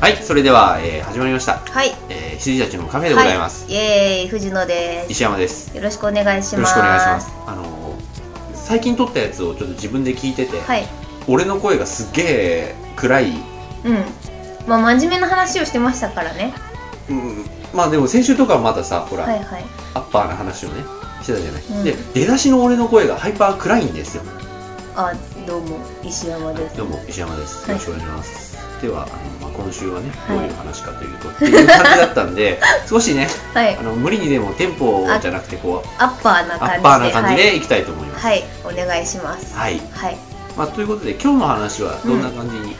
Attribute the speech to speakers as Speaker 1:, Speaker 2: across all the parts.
Speaker 1: はい、それでは、えー始まりました。
Speaker 2: はい。
Speaker 1: えー、羊たちのカフェでございます。
Speaker 2: はイエーイ、藤野です。
Speaker 1: 石山です。
Speaker 2: よろしくお願いします。
Speaker 1: よろしくお願いします。。あのー最近撮ったやつをちょっと自分で聞いてて、
Speaker 2: はい。
Speaker 1: 俺の声がすっげえ暗い。
Speaker 2: うん。まあ、真面目な話をしてましたからね。
Speaker 1: うん、まあでも先週とかはまださ、ほら、
Speaker 2: はいはい。
Speaker 1: アッパーな話をね、してたじゃない。
Speaker 2: うん
Speaker 1: で、出だしの俺の声がハイパー暗いんですよ。
Speaker 2: あ、どうも、石山です。
Speaker 1: どうも、石山です。
Speaker 2: はい
Speaker 1: よろしくお願いします。では、あのまあ、今週はね、ど
Speaker 2: は
Speaker 1: う
Speaker 2: い
Speaker 1: いう話かというと、っていう感じだったんで、少しね、
Speaker 2: はい
Speaker 1: あ。の無理にでもテンポじゃなくて、こう、
Speaker 2: アッパーな
Speaker 1: ア
Speaker 2: 感じ
Speaker 1: ッ
Speaker 2: で。
Speaker 1: パーな感じでいきたいと思います。
Speaker 2: はい。はい。お願いします。
Speaker 1: はい。
Speaker 2: はい。
Speaker 1: まあ、ということで、今日の話はどんな感じに、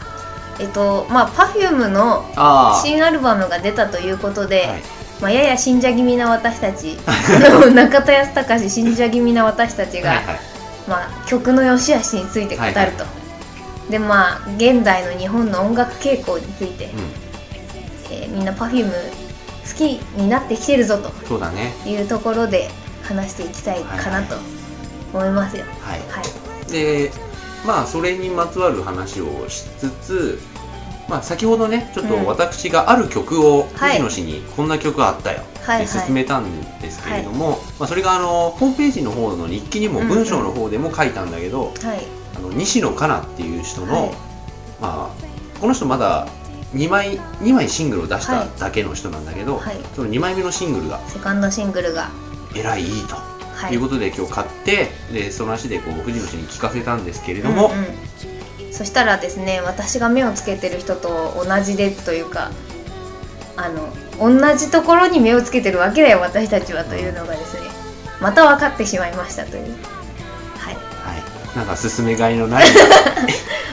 Speaker 2: えっと、まあ、Perfume の
Speaker 1: ああ、
Speaker 2: 新アルバムが出たということで、
Speaker 1: はい
Speaker 2: まあ、やや信者気味な私た ちあの中田康隆信者気味な私たちが、
Speaker 1: はいはい
Speaker 2: まあ、曲の良し悪しについて語ると、
Speaker 1: はいは
Speaker 2: でまあ現代の日本の音楽傾向について、
Speaker 1: う
Speaker 2: えーみんな Perfume 好きになってきてるぞと
Speaker 1: ん、そうだね。
Speaker 2: いうところで話していきたいかなと思いますよ。
Speaker 1: は
Speaker 2: はい
Speaker 1: い。で、まあ、それにまつわる話をしつつ、まあ、先ほどね、ちょっ
Speaker 2: う
Speaker 1: と
Speaker 2: ん
Speaker 1: 私がある曲を、
Speaker 2: はい
Speaker 1: 藤野氏にこんな曲があったよ
Speaker 2: は
Speaker 1: っ
Speaker 2: い
Speaker 1: て
Speaker 2: はい
Speaker 1: 勧めたんですけれども、まあ、それがあのホームページの方の日記にも
Speaker 2: うんうん
Speaker 1: 文章の方でも書いたんだけど、
Speaker 2: はい
Speaker 1: あの西野カナっていう人の、
Speaker 2: はい
Speaker 1: まあ、この人まだ2枚 ,2 枚シングルを出しただけの人なんだけど、
Speaker 2: はい
Speaker 1: その2枚目のシングルが
Speaker 2: セカンドシングルが
Speaker 1: えらいいいと。
Speaker 2: は
Speaker 1: という
Speaker 2: う
Speaker 1: ことで今日買ってでその足でこう藤野氏に聞かせたんですけれども、
Speaker 2: んうんそしたらですね私が目をつけてる人と同じでというかあの同じところに目をつけてるわけだよ私たちはというのがですねまた分かってしまいましたという。は
Speaker 1: は
Speaker 2: い
Speaker 1: い、なんか勧めがいの ない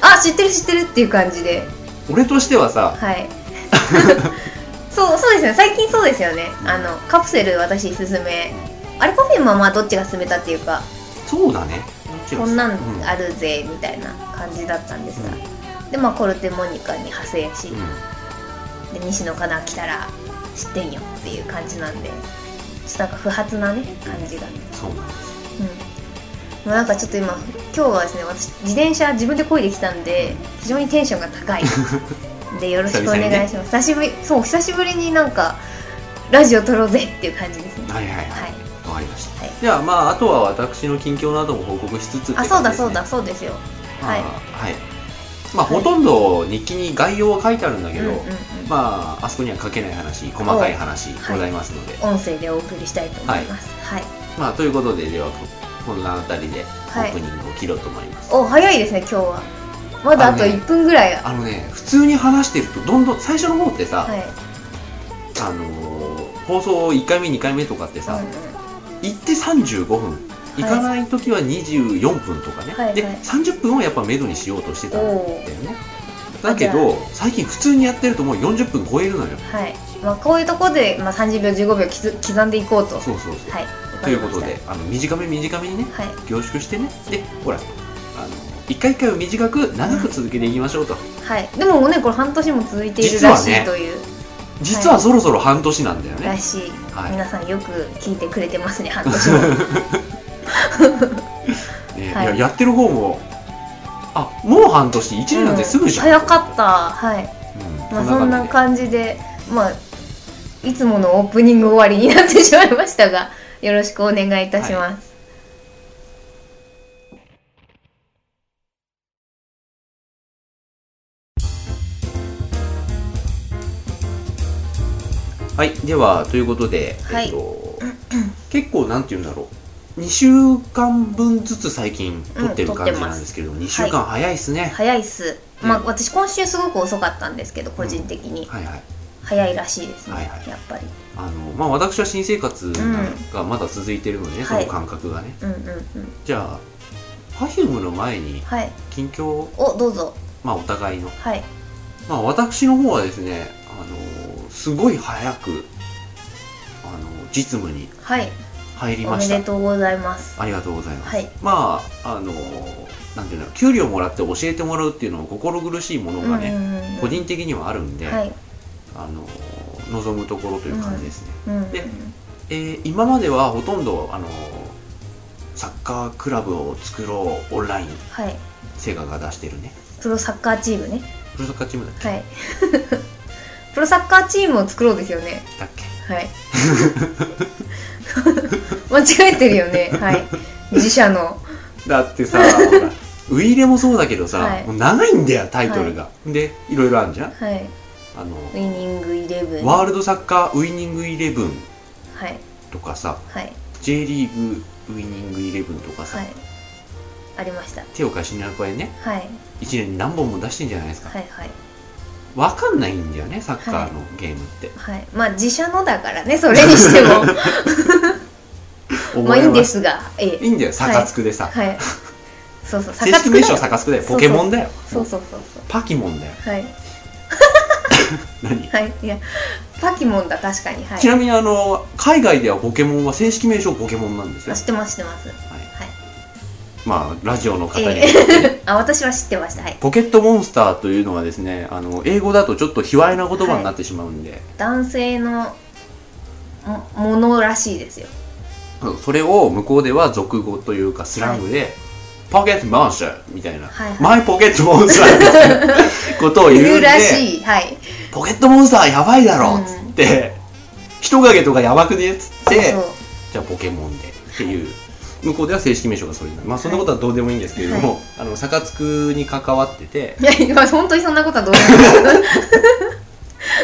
Speaker 2: あ知ってる知ってるっていう感じで
Speaker 1: 俺としてはさ
Speaker 2: はい そうそうですね最近そうですよねあのカプセル私勧めあれパフェマはまあどっちが勧めたっていうか
Speaker 1: そうだね
Speaker 2: こんな
Speaker 1: うん
Speaker 2: あるぜみたいな感じだったんですが、でまあコルテモニカに派生し、
Speaker 1: う
Speaker 2: で西野カナ来たら知ってんよっていう感じなんでちょっとなんか不発なね感じが
Speaker 1: ん、そうなんです
Speaker 2: うんもうなんかちょっと今今日はですね私自転車自分で漕いできたんで非常にテンションが高 いでよろしくお願いします久しぶりそう久しぶりになんかラジオ撮ろうぜっていう感じですね
Speaker 1: はいはいはい
Speaker 2: はい
Speaker 1: わかりました、
Speaker 2: はい
Speaker 1: ではまああとは私の近況なども報告しつつって
Speaker 2: あそう
Speaker 1: 感じですね
Speaker 2: だそうだそうですよ
Speaker 1: まあ
Speaker 2: はい
Speaker 1: はいまあほとんど日記に概要は書いてあるんだけど、
Speaker 2: うんうんうん
Speaker 1: まああそこには書けない話細かい話
Speaker 2: はい
Speaker 1: ございますので、
Speaker 2: 音声でお送りしたいと思いますはい、
Speaker 1: まあということでではここんなあたりでオ
Speaker 2: い
Speaker 1: ープニングを切ろうと思います、
Speaker 2: お早いですね今日はまだあと
Speaker 1: あのね
Speaker 2: 1分ぐらいは
Speaker 1: あのね普通に話してるとどんどん最初の方ってさ、
Speaker 2: い、
Speaker 1: あのー放送1回目2回目とかってさ、
Speaker 2: うんうん
Speaker 1: 行って35分行かない時は24分とかね、
Speaker 2: はいはい
Speaker 1: で30分をやっぱめどにしようとしてたんだよねだけ
Speaker 2: あ
Speaker 1: ど最近普通にやってるともう40分超えるのよ
Speaker 2: はいまあ、こういうところで、まあ、30秒15秒刻刻んでいこうと
Speaker 1: そうそうそう、
Speaker 2: はい
Speaker 1: ということであの短め短めにね
Speaker 2: はい
Speaker 1: 凝縮してねでほらあの一回一回を短く長く続けていきましょうと、
Speaker 2: はい、でもねこれ半年も続いている
Speaker 1: 実は
Speaker 2: ら
Speaker 1: ね
Speaker 2: しいという、
Speaker 1: 実はそろそろ半年なんだよね、
Speaker 2: らしい、
Speaker 1: はい
Speaker 2: 皆さんよく聞いてくれ てますね半年も
Speaker 1: ね
Speaker 2: はい
Speaker 1: いややってる方もあもう半年1年なんてすぐじゃん、
Speaker 2: うん早かったはい、
Speaker 1: うん
Speaker 2: まあ、そんな
Speaker 1: 感
Speaker 2: 感じでまあいつものオープニング終わりになってしまいましたがよろしくお願いいたします、
Speaker 1: じはいではということで、
Speaker 2: はい
Speaker 1: えっと、結構なんて言うんだろう2週間分ずつ最近撮ってる
Speaker 2: うん撮
Speaker 1: 感
Speaker 2: って
Speaker 1: じ
Speaker 2: ます
Speaker 1: なんですけど、2週間早いっすね、
Speaker 2: 早いっすまあ、
Speaker 1: うん
Speaker 2: 私今週すごく遅かったんですけど個人的に、
Speaker 1: はい、はい
Speaker 2: 早いらしいですね、
Speaker 1: はいはい
Speaker 2: やっぱり
Speaker 1: あのまあ私は新生活がまだ続いてるのでね、
Speaker 2: うん
Speaker 1: その感覚がね、
Speaker 2: うんうんうん
Speaker 1: じゃあ Perfume の前に
Speaker 2: はい
Speaker 1: 近況を
Speaker 2: おどうぞ
Speaker 1: まあお互いの
Speaker 2: はい
Speaker 1: まあ私の方はですねあのすごい早くあの実務に
Speaker 2: はい
Speaker 1: 入り
Speaker 2: お
Speaker 1: ま
Speaker 2: め
Speaker 1: した
Speaker 2: でとうございます
Speaker 1: ありがとうございます。
Speaker 2: はい
Speaker 1: まあ、あのーなんていうの、給料もらって教えてもらうっていうのを心苦しいものがね、
Speaker 2: んうんうん
Speaker 1: 個人的にはあるんで、
Speaker 2: はい
Speaker 1: あのー望むところという感じですね。
Speaker 2: うんうんうん
Speaker 1: でえー今まではほとんど、あのーサッカークラブを作ろう、オンライン、
Speaker 2: はい
Speaker 1: セガが出してるね。
Speaker 2: プロサッカーチームね
Speaker 1: プロサッカーチームだっけ、
Speaker 2: はいロサッカーチームを作ろうですよね
Speaker 1: だっけ
Speaker 2: はい間違えてるよねはい自社の
Speaker 1: だってさほらウイイレもそうだけどさ、
Speaker 2: はい
Speaker 1: もう長いんだよタイトルが、でいろいろあるじゃん
Speaker 2: はい
Speaker 1: あの
Speaker 2: ウイニングイレブン
Speaker 1: ワー
Speaker 2: は
Speaker 1: ルドサッカーウイニングイレブン
Speaker 2: い
Speaker 1: とかさ
Speaker 2: はい
Speaker 1: J リーグウイニングイレブンとかさ、
Speaker 2: はいありました
Speaker 1: 手を貸しに公園ね
Speaker 2: はい
Speaker 1: 1年に何本も出してんじゃないですか、
Speaker 2: はいはい
Speaker 1: わかんないんだよねサッカーのゲームって、
Speaker 2: はいまあ自社のだからねそれにして も
Speaker 1: 思
Speaker 2: まあいいんですすがえ
Speaker 1: い
Speaker 2: え
Speaker 1: いんだよサカツクでさ、
Speaker 2: はいそ うそう
Speaker 1: 正式名称サ
Speaker 2: サカ
Speaker 1: カツ
Speaker 2: ツ
Speaker 1: クだよ
Speaker 2: そうそう
Speaker 1: ポケモンだよ
Speaker 2: クだよそう
Speaker 1: もう
Speaker 2: そうそうそう
Speaker 1: パキモンだよ
Speaker 2: はい
Speaker 1: 何、
Speaker 2: はいいやパキモンだ確かにはい
Speaker 1: ちなみにあの海外ではポケモンは正式名称ポケモンなんですよ
Speaker 2: あ知ってます知ってますはい
Speaker 1: まあラジオの方に、
Speaker 2: えあ私は知ってましたはい
Speaker 1: ポケットモンスターというのはですねあの英語だとちょっと卑猥な言葉になってしまうんで、
Speaker 2: 男性のもものらしいですよ
Speaker 1: うんそれを向こうでは俗語というかスラングで、ポケットモンスターみたいな、
Speaker 2: はいはい
Speaker 1: マイポケットモンスターみたいなことを言
Speaker 2: い
Speaker 1: うん
Speaker 2: る
Speaker 1: で
Speaker 2: らしいはい
Speaker 1: ポケットモンスターやばいだろ
Speaker 2: うん
Speaker 1: っつって、人影とかやばくねっつって
Speaker 2: そう
Speaker 1: じゃあポケモンでっていう、向こうでは正式名称がそれになるまあそんなことはどうでもいいんですけれども、あのサカツクに関わってて
Speaker 2: いや今本当にそんなことはどうでもいい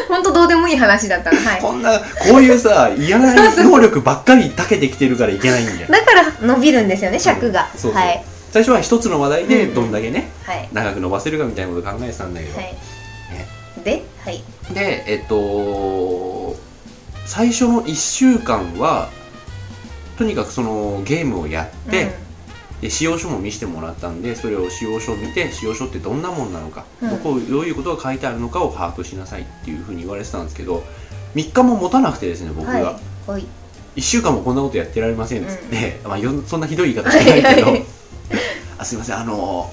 Speaker 2: 本当どうでもいい話だったのはい
Speaker 1: こんなこういうさ嫌な能力ばっかりたけてきてるからいけないんだよ
Speaker 2: だから伸びるんですよね尺が、
Speaker 1: そうそう
Speaker 2: はい
Speaker 1: 最初は一つの話題でどんだけね、
Speaker 2: はい
Speaker 1: 長く伸ばせるかみたいなこと考えてたんだけど、
Speaker 2: はいではい
Speaker 1: でえっと最初の1週間はとにかくそのゲームをやって、で使用書も見せてもらったんでそれを使用書を見て使用書ってどんなもんなのか、
Speaker 2: うん
Speaker 1: どこどういうことが書いてあるのかを把握しなさいっていうふうに言われてたんですけど3日も持たなくてですね
Speaker 2: うん、
Speaker 1: 僕が、
Speaker 2: はいはい
Speaker 1: 1週間もこんなことやってられませんっつって、まあ、よんそんなひどい言い方してないけど
Speaker 2: はい
Speaker 1: あすいませんあの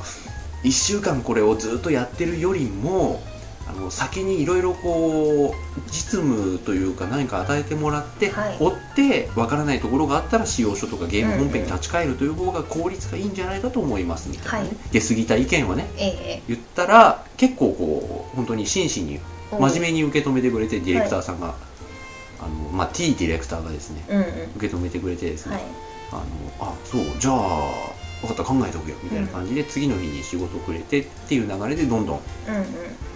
Speaker 1: 1週間これをずっとやってるよりもあの先にいろいろこう実務というか何か与えてもらって、
Speaker 2: はい
Speaker 1: 追ってわからないところがあったら使用書とかゲーム本編に立ち返るという方が効率がいいんじゃないかと思いますみたいな、ね
Speaker 2: はい
Speaker 1: 出過ぎた意見をね
Speaker 2: ええ
Speaker 1: 言ったら結構こう本当に真摯に
Speaker 2: おう
Speaker 1: 真面目に受け止めてくれてディレクターさんが、あのまあ、T ディレクターがですね
Speaker 2: うんうん
Speaker 1: 受け止めてくれてですね、
Speaker 2: はい
Speaker 1: あのあそうじゃあ分かった考えとくよみたいな感じで、次の日に仕事くれてっていう流れでどんどん
Speaker 2: うんうん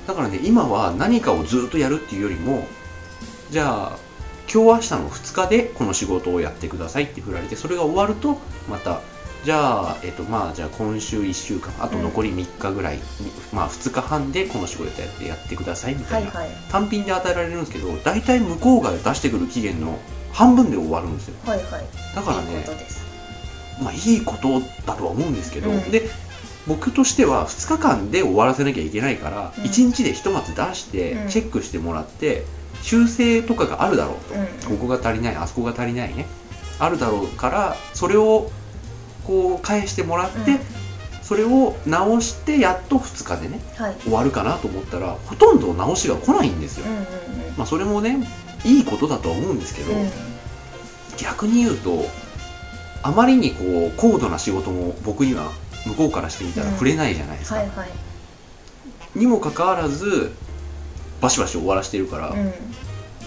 Speaker 1: だからね今は何かをずっとやるっていうよりもじゃあ今日明日の2日でこの仕事をやってくださいって振られてそれが終わるとまたじゃあ、えっと、まあ、じゃあ今週1週間、あと残り3日ぐらい、まあ2日半でこの仕事やってやってくださいみた
Speaker 2: はいい
Speaker 1: な、
Speaker 2: はい
Speaker 1: 単品で与えられるんですけど、大体向こうが出してくる期限の半分で終わるんですよ。
Speaker 2: はいはい
Speaker 1: だからね
Speaker 2: いいことです
Speaker 1: まあ、いいことだとは思うんですけど、
Speaker 2: うん
Speaker 1: で僕としては2日間で終わらせなきゃいけないから、
Speaker 2: うん
Speaker 1: 1日でひとまず出して
Speaker 2: うん
Speaker 1: チェックしてもらって、修正とかがあるだろう
Speaker 2: うん
Speaker 1: と、ここが足りないあそこが足りないねあるだろうからそれをこう返してもらって、
Speaker 2: うん
Speaker 1: それを直してやっと2日でね
Speaker 2: はい
Speaker 1: 終わるかなと思ったらほとんど直しが来ないんですよ
Speaker 2: う、んうん
Speaker 1: まあ、それもねいいことだとは思うんですけど、
Speaker 2: うんうん
Speaker 1: 逆に言うとあまりにこう高度な仕事も僕には向こうからしてみたら
Speaker 2: うん
Speaker 1: 触れないじゃないですか、
Speaker 2: はいはい
Speaker 1: にもかかわらずバシバシ終わらしてるから、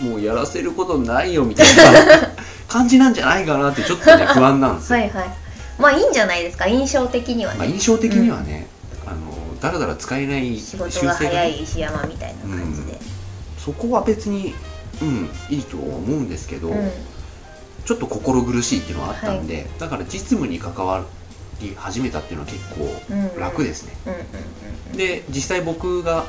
Speaker 2: うん
Speaker 1: もうやらせることないよみたいな 感じなんじゃないかなってちょっとね不安なんですよ、
Speaker 2: はいはいまあいいんじゃないですか印象的には
Speaker 1: まあ、
Speaker 2: ね
Speaker 1: 印象的にはね、あのだらだら使えない修
Speaker 2: 仕事
Speaker 1: 正
Speaker 2: が
Speaker 1: が
Speaker 2: 早い石山みたいな感じで
Speaker 1: そこは別にうんいいとは思うんですけど、
Speaker 2: うん
Speaker 1: ちょっと心苦しいっていうのはあったんで、だから実務に関わり始めたっていうのは結構
Speaker 2: うんうん
Speaker 1: 楽ですね、
Speaker 2: うんうんうん
Speaker 1: で実際僕が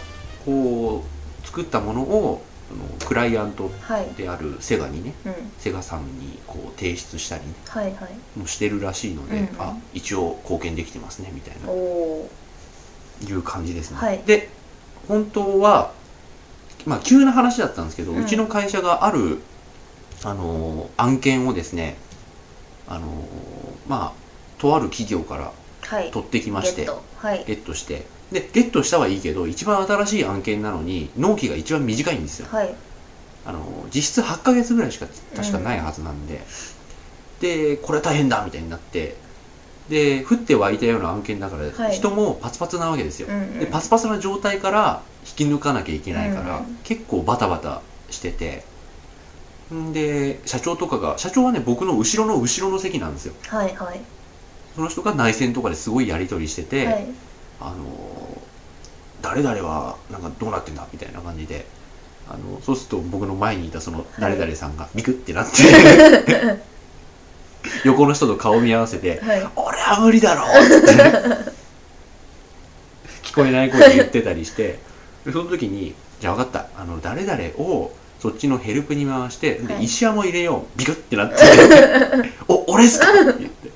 Speaker 1: こう作ったものをあのクライアント
Speaker 2: はい
Speaker 1: であるセガにね
Speaker 2: うん
Speaker 1: セガさんにこう提出したり、ね、
Speaker 2: はいはい
Speaker 1: もうしてるらしいので、
Speaker 2: うんうん
Speaker 1: あ一応貢献できてますねみたい
Speaker 2: お
Speaker 1: な
Speaker 2: お
Speaker 1: いう感じですね、
Speaker 2: はい
Speaker 1: で本当はまあ急な話だったんですけど、う
Speaker 2: うん
Speaker 1: ちの会社があるあのー案件をですねあのーまあとある企業から
Speaker 2: ーはい
Speaker 1: 取ってきまして
Speaker 2: ゲットはい
Speaker 1: ゲットしてでゲットしたはいいけど一番新しい案件なのに納期が一番短いんですよ
Speaker 2: はい
Speaker 1: あの実質8ヶ月ぐらいしか確かないはずなんで、でこれは大変だみたいになってで降って湧いたような案件だから、
Speaker 2: はい
Speaker 1: 人もパツパツなわけですよ、
Speaker 2: うんうん
Speaker 1: でパツパツな状態から引き抜かなきゃいけないから、
Speaker 2: うんうん
Speaker 1: 結構バタバタしててんで社長とかが社長はね僕の後ろの後ろの席なんですよ
Speaker 2: はいはい
Speaker 1: その人が内戦とかですごいやり取りしてて、
Speaker 2: はい
Speaker 1: あの誰々はなんかどうなってんだみたいな感じであのそうすると僕の前にいたその誰々さんがビクってなって横の人と顔見合わせて
Speaker 2: はい
Speaker 1: 「俺は無理だろ!」って 聞こえない声で言ってたりしてでその時に「じゃあ分かったあの誰々をそっちのヘルプに回して、で
Speaker 2: はい
Speaker 1: 石山も入れようビクってなって 「お俺っすか!」って言って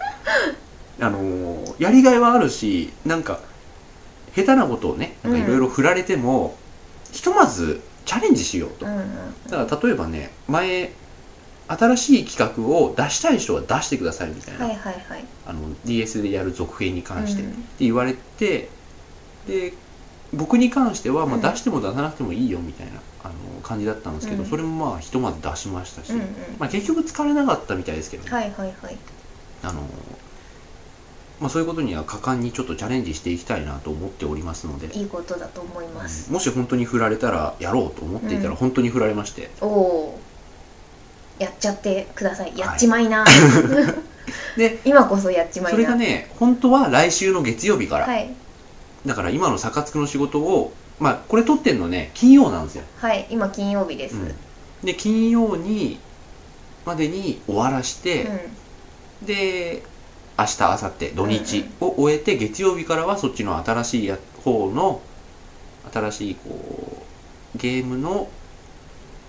Speaker 1: あのーやりがいはあるしなんか下手なことをねなんかいろいろ振られても、ひとまずチャレンジしようと
Speaker 2: うんうん
Speaker 1: だから例えばね前新しい企画を出したい人は出してくださいみたいな、
Speaker 2: はいはいはい
Speaker 1: あの DS でやる続編に関して、
Speaker 2: うん
Speaker 1: って言われてで僕に関しては、ま
Speaker 2: うん
Speaker 1: あ、出しても出さなくてもいいよみたいなあの感じだったんですけど、
Speaker 2: うん
Speaker 1: それもまあひとまず出しましたし、
Speaker 2: うんうん
Speaker 1: まあ、結局疲れなかったみたいですけどね、
Speaker 2: はいはいはい
Speaker 1: あのまあ、そういうことには果敢にちょっとチャレンジしていきたいなと思っておりますので。
Speaker 2: いいことだと思います
Speaker 1: もし本当に振られたらやろうと思っていた
Speaker 2: う
Speaker 1: ら
Speaker 2: ん
Speaker 1: 本当に振られまして、
Speaker 2: おおーやっちゃってくださいやっちまいな
Speaker 1: で
Speaker 2: 今こそやっちまい
Speaker 1: そ
Speaker 2: な
Speaker 1: れがね本当は来週の月曜日から、
Speaker 2: はい
Speaker 1: だから今のサカツクの仕事をまあこれ撮ってんのね金曜なんですよ、
Speaker 2: はい今金曜日です
Speaker 1: う
Speaker 2: うん
Speaker 1: んで金曜にまでに終わらして、で明日明後日土日を終えて月曜日からはそっちの新しいや方の新しいこうゲームの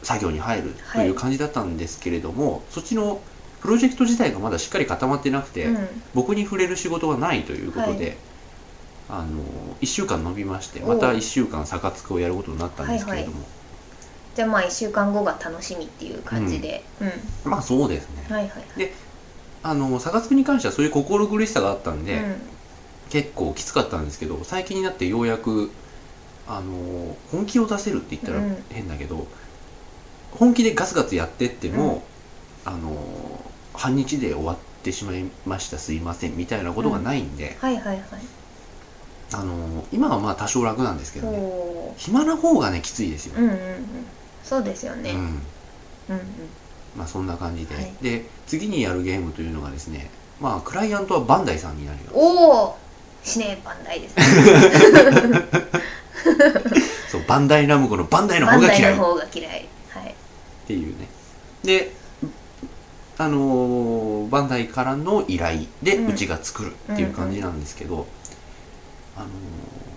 Speaker 1: 作業に入るという感じだったんですけれども、そっちのプロジェクト自体がまだしっかり固まってなくて、
Speaker 2: うん
Speaker 1: 僕に触れる仕事がないということで、あの1週間延びましてまた
Speaker 2: おう
Speaker 1: 1週間サカツクをやることになったんですけれども、
Speaker 2: じゃあまあ1週間後が楽しみっていう感じでうん
Speaker 1: まあそうですね
Speaker 2: はいはいはい
Speaker 1: であのサカツクに関してはそういう心苦しさがあったんで、
Speaker 2: うん
Speaker 1: 結構きつかったんですけど最近になってようやくあの本気を出せるって言ったら
Speaker 2: うん
Speaker 1: 変だけど、本気でガツガツやってっても、あの半日で終わってしまいましたすいませんみたいなことがないんで、
Speaker 2: はいはいはい
Speaker 1: あの今はまあ多少楽なんですけ
Speaker 2: お
Speaker 1: どね
Speaker 2: お
Speaker 1: 暇な方がねきついですよ
Speaker 2: ー、うんうんうんそうですよね
Speaker 1: うん
Speaker 2: うんうん
Speaker 1: まあ、そんな感じで、
Speaker 2: はい
Speaker 1: で次にやるゲームというのがですねまあクライアントはバンダイさんになるよ
Speaker 2: おおシネバンダイですね
Speaker 1: そうバンダイナムコのバンダイの
Speaker 2: バ
Speaker 1: 方
Speaker 2: ン
Speaker 1: が
Speaker 2: ダイ
Speaker 1: 嫌い
Speaker 2: の
Speaker 1: っ
Speaker 2: 方が嫌いはい
Speaker 1: ていうねであのーバンダイからの依頼で
Speaker 2: うん
Speaker 1: うちが作るっていう感じなんですけど、あのー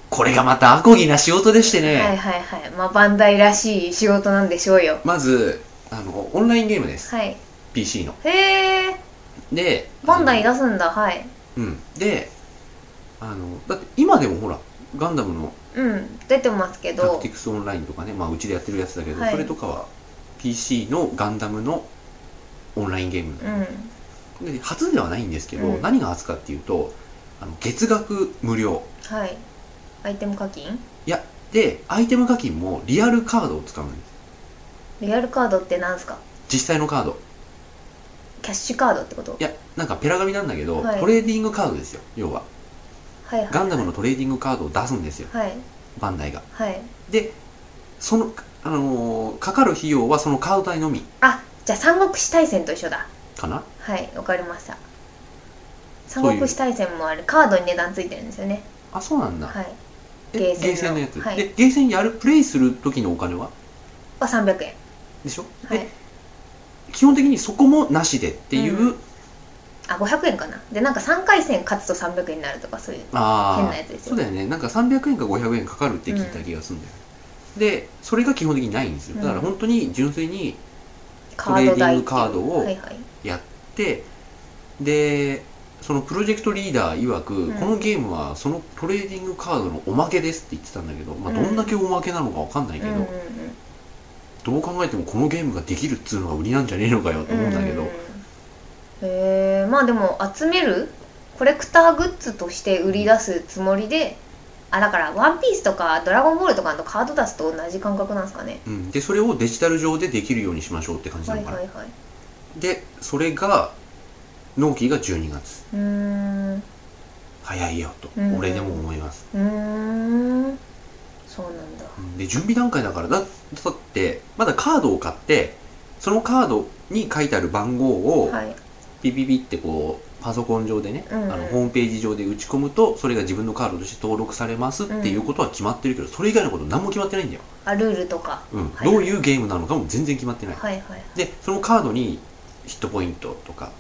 Speaker 1: これがまたアコギな仕事でしてね、
Speaker 2: はいはいはいまあバンダイらしい仕事なんでしょうよ
Speaker 1: まずあのオンラインゲームです
Speaker 2: はい
Speaker 1: PC の
Speaker 2: へえ
Speaker 1: で
Speaker 2: バンダイ
Speaker 1: が
Speaker 2: 出すんだはい
Speaker 1: うんであのだって今でもほらガンダムの
Speaker 2: うん出てますけ
Speaker 1: タク
Speaker 2: ど
Speaker 1: ティクスオンラインとかね、まあ、うちでやってるやつだけど、
Speaker 2: はい
Speaker 1: それとかは PC のガンダムのオンラインゲーム
Speaker 2: う、ん
Speaker 1: で初ではないんですけど、
Speaker 2: うん
Speaker 1: 何が初かっていうとあの月額無料
Speaker 2: はいアイテム課金
Speaker 1: でアイテム課金もリアルカードを使うんです
Speaker 2: リアルカードってなんすか
Speaker 1: 実際のカード
Speaker 2: キャッシュカードってこと
Speaker 1: いやなんかペラ紙なんだけど、
Speaker 2: はい
Speaker 1: トレーディングカードですよ要は
Speaker 2: はいはい
Speaker 1: ガンダムのトレーディングカードを出すんですよ
Speaker 2: はい
Speaker 1: バンダイが
Speaker 2: はい
Speaker 1: でその、あのーかかる費用はそのカード代のみ
Speaker 2: あじゃあ三国志大戦と一緒だ
Speaker 1: かな
Speaker 2: はいわかりました三
Speaker 1: ういう
Speaker 2: 国志大戦もあれカードに値段ついてるんですよね
Speaker 1: あそうなんだ、
Speaker 2: はい
Speaker 1: え
Speaker 2: ゲーセンの
Speaker 1: ゲーセンのやつ、
Speaker 2: はい
Speaker 1: でゲーセンやるプレイする時のお金は
Speaker 2: は300円
Speaker 1: でしょ、
Speaker 2: は
Speaker 1: で
Speaker 2: い
Speaker 1: 基本的にそこもなしでっていう、
Speaker 2: うあ500円かなでなんか3回戦勝つと300円になるとかそういう変
Speaker 1: あ
Speaker 2: な
Speaker 1: あ
Speaker 2: やつです
Speaker 1: そ
Speaker 2: よ
Speaker 1: うだよねなんか300円か500円かかるって聞いた気がするんだよ、でそれが基本的にないんですよだから本当に純粋に
Speaker 2: カー
Speaker 1: トレー
Speaker 2: ド代っていう
Speaker 1: ディングカードを
Speaker 2: はいはい
Speaker 1: やってでそのプロジェクトリーダー曰く、
Speaker 2: うん
Speaker 1: このゲームはそのトレーディングカードのおまけですって言ってたんだけど、まあ、どんだけおまけなのかわかんないけ
Speaker 2: う
Speaker 1: ど、
Speaker 2: んうん
Speaker 1: どう考えてもこのゲームができるっつうのが売りなんじゃねえのかよと思うんだけど、
Speaker 2: へえまあでも集めるコレクターグッズとして売り出すつもりであだから「ワンピースとか「ドラゴンボール」とかのカード出すと同じ感覚なんですかね
Speaker 1: うんでそれをデジタル上でできるようにしましょうって感じな
Speaker 2: は
Speaker 1: の
Speaker 2: い
Speaker 1: かな、
Speaker 2: はいはい
Speaker 1: でそれが納期が12月
Speaker 2: うーんう
Speaker 1: 早いよと
Speaker 2: うん
Speaker 1: 俺でも思います、
Speaker 2: ーんそうなんだ
Speaker 1: うんで準備段階だからだだってまだカードを買ってそのカードに書いてある番号を
Speaker 2: はい
Speaker 1: ピピピってこうパソコン上でね、
Speaker 2: うん
Speaker 1: あのホームページ上で打ち込むとそれが自分のカードとして登録されますっていうことは決まってるけど、それ以外のこと何も決まってないんだよ、
Speaker 2: あルールとか
Speaker 1: うん
Speaker 2: はい
Speaker 1: どういうゲームなのかも全然決まってない、
Speaker 2: はいはい
Speaker 1: でそのカードにヒットポイントとか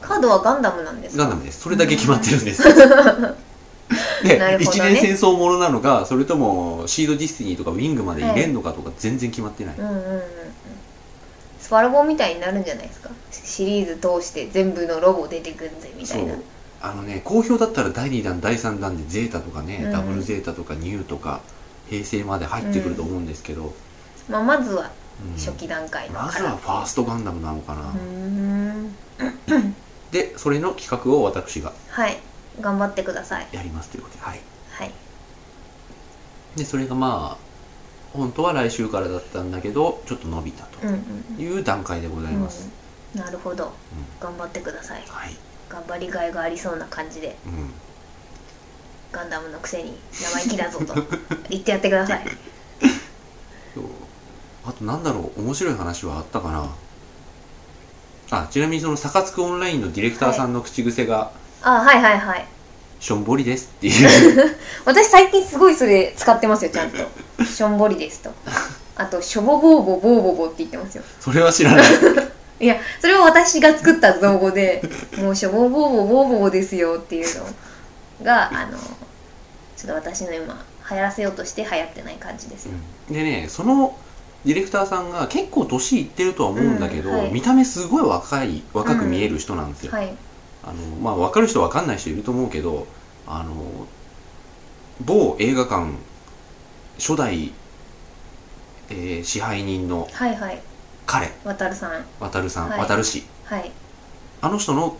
Speaker 2: カードはガンダムなんです
Speaker 1: ガン
Speaker 2: か
Speaker 1: ダムですそれだけ決まってるんです で、
Speaker 2: なるほどね
Speaker 1: 一年戦争ものなのかそれともシードディスティニーとかウィングまで入れんのかとか全然決まってない、
Speaker 2: うんうんうんうんスパロボみたいになるんじゃないですかシリーズ通して全部のロボ出てくんぜみた
Speaker 1: そ
Speaker 2: いうな
Speaker 1: あのね好評だったら第2弾第3弾でゼータとかね、
Speaker 2: うん
Speaker 1: ダブルゼータとかニューとか平成まで入ってくると思うんですけど、
Speaker 2: まあ、まずは
Speaker 1: うん
Speaker 2: 初期段階の
Speaker 1: ま
Speaker 2: か
Speaker 1: ず
Speaker 2: ら
Speaker 1: はファーストガンダムなのかな、
Speaker 2: うーん
Speaker 1: でそれの企画を私が
Speaker 2: はい頑張ってください
Speaker 1: やりますということではい
Speaker 2: はい
Speaker 1: でそれがまあ本当は来週からだったんだけどちょっと伸びた
Speaker 2: うん
Speaker 1: と
Speaker 2: うん
Speaker 1: いう段階でござい
Speaker 2: うん
Speaker 1: ます、
Speaker 2: うんなるほど頑張ってください
Speaker 1: はい、
Speaker 2: 頑張りがいがありそうな感じで
Speaker 1: うん、
Speaker 2: ガンダムのくせに生意気だぞと言ってやってください
Speaker 1: そうあとなんだろう面白い話はあったかなあちなみにその「サカツクオンライン」のディレクターさんの口癖が
Speaker 2: あはいはいはい
Speaker 1: 「しょんぼりです」っていう
Speaker 2: 私最近すごいそれ使ってますよちゃん としょんぼりですとあとしょぼぼうぼぼうぼぼって言ってますよ
Speaker 1: それは知らない
Speaker 2: いやそれは私が作った造語でもうしょぼぼうぼぼうぼぼですよっていうのがあのちょっと私の今流行らせようとして流行ってない感じです
Speaker 1: でねそのディレクターさんが結構年いってるとは思うんだけど、
Speaker 2: うんはい
Speaker 1: 見た目すごい若い若く見える人なんですよ、
Speaker 2: はい
Speaker 1: あのまあ、分かる人分かんない人いると思うけどあの某映画館初代、えー支配人の
Speaker 2: はいはい
Speaker 1: 彼
Speaker 2: 渡るさん
Speaker 1: 渡るさん、
Speaker 2: はい
Speaker 1: 渡る氏
Speaker 2: はい
Speaker 1: あの人の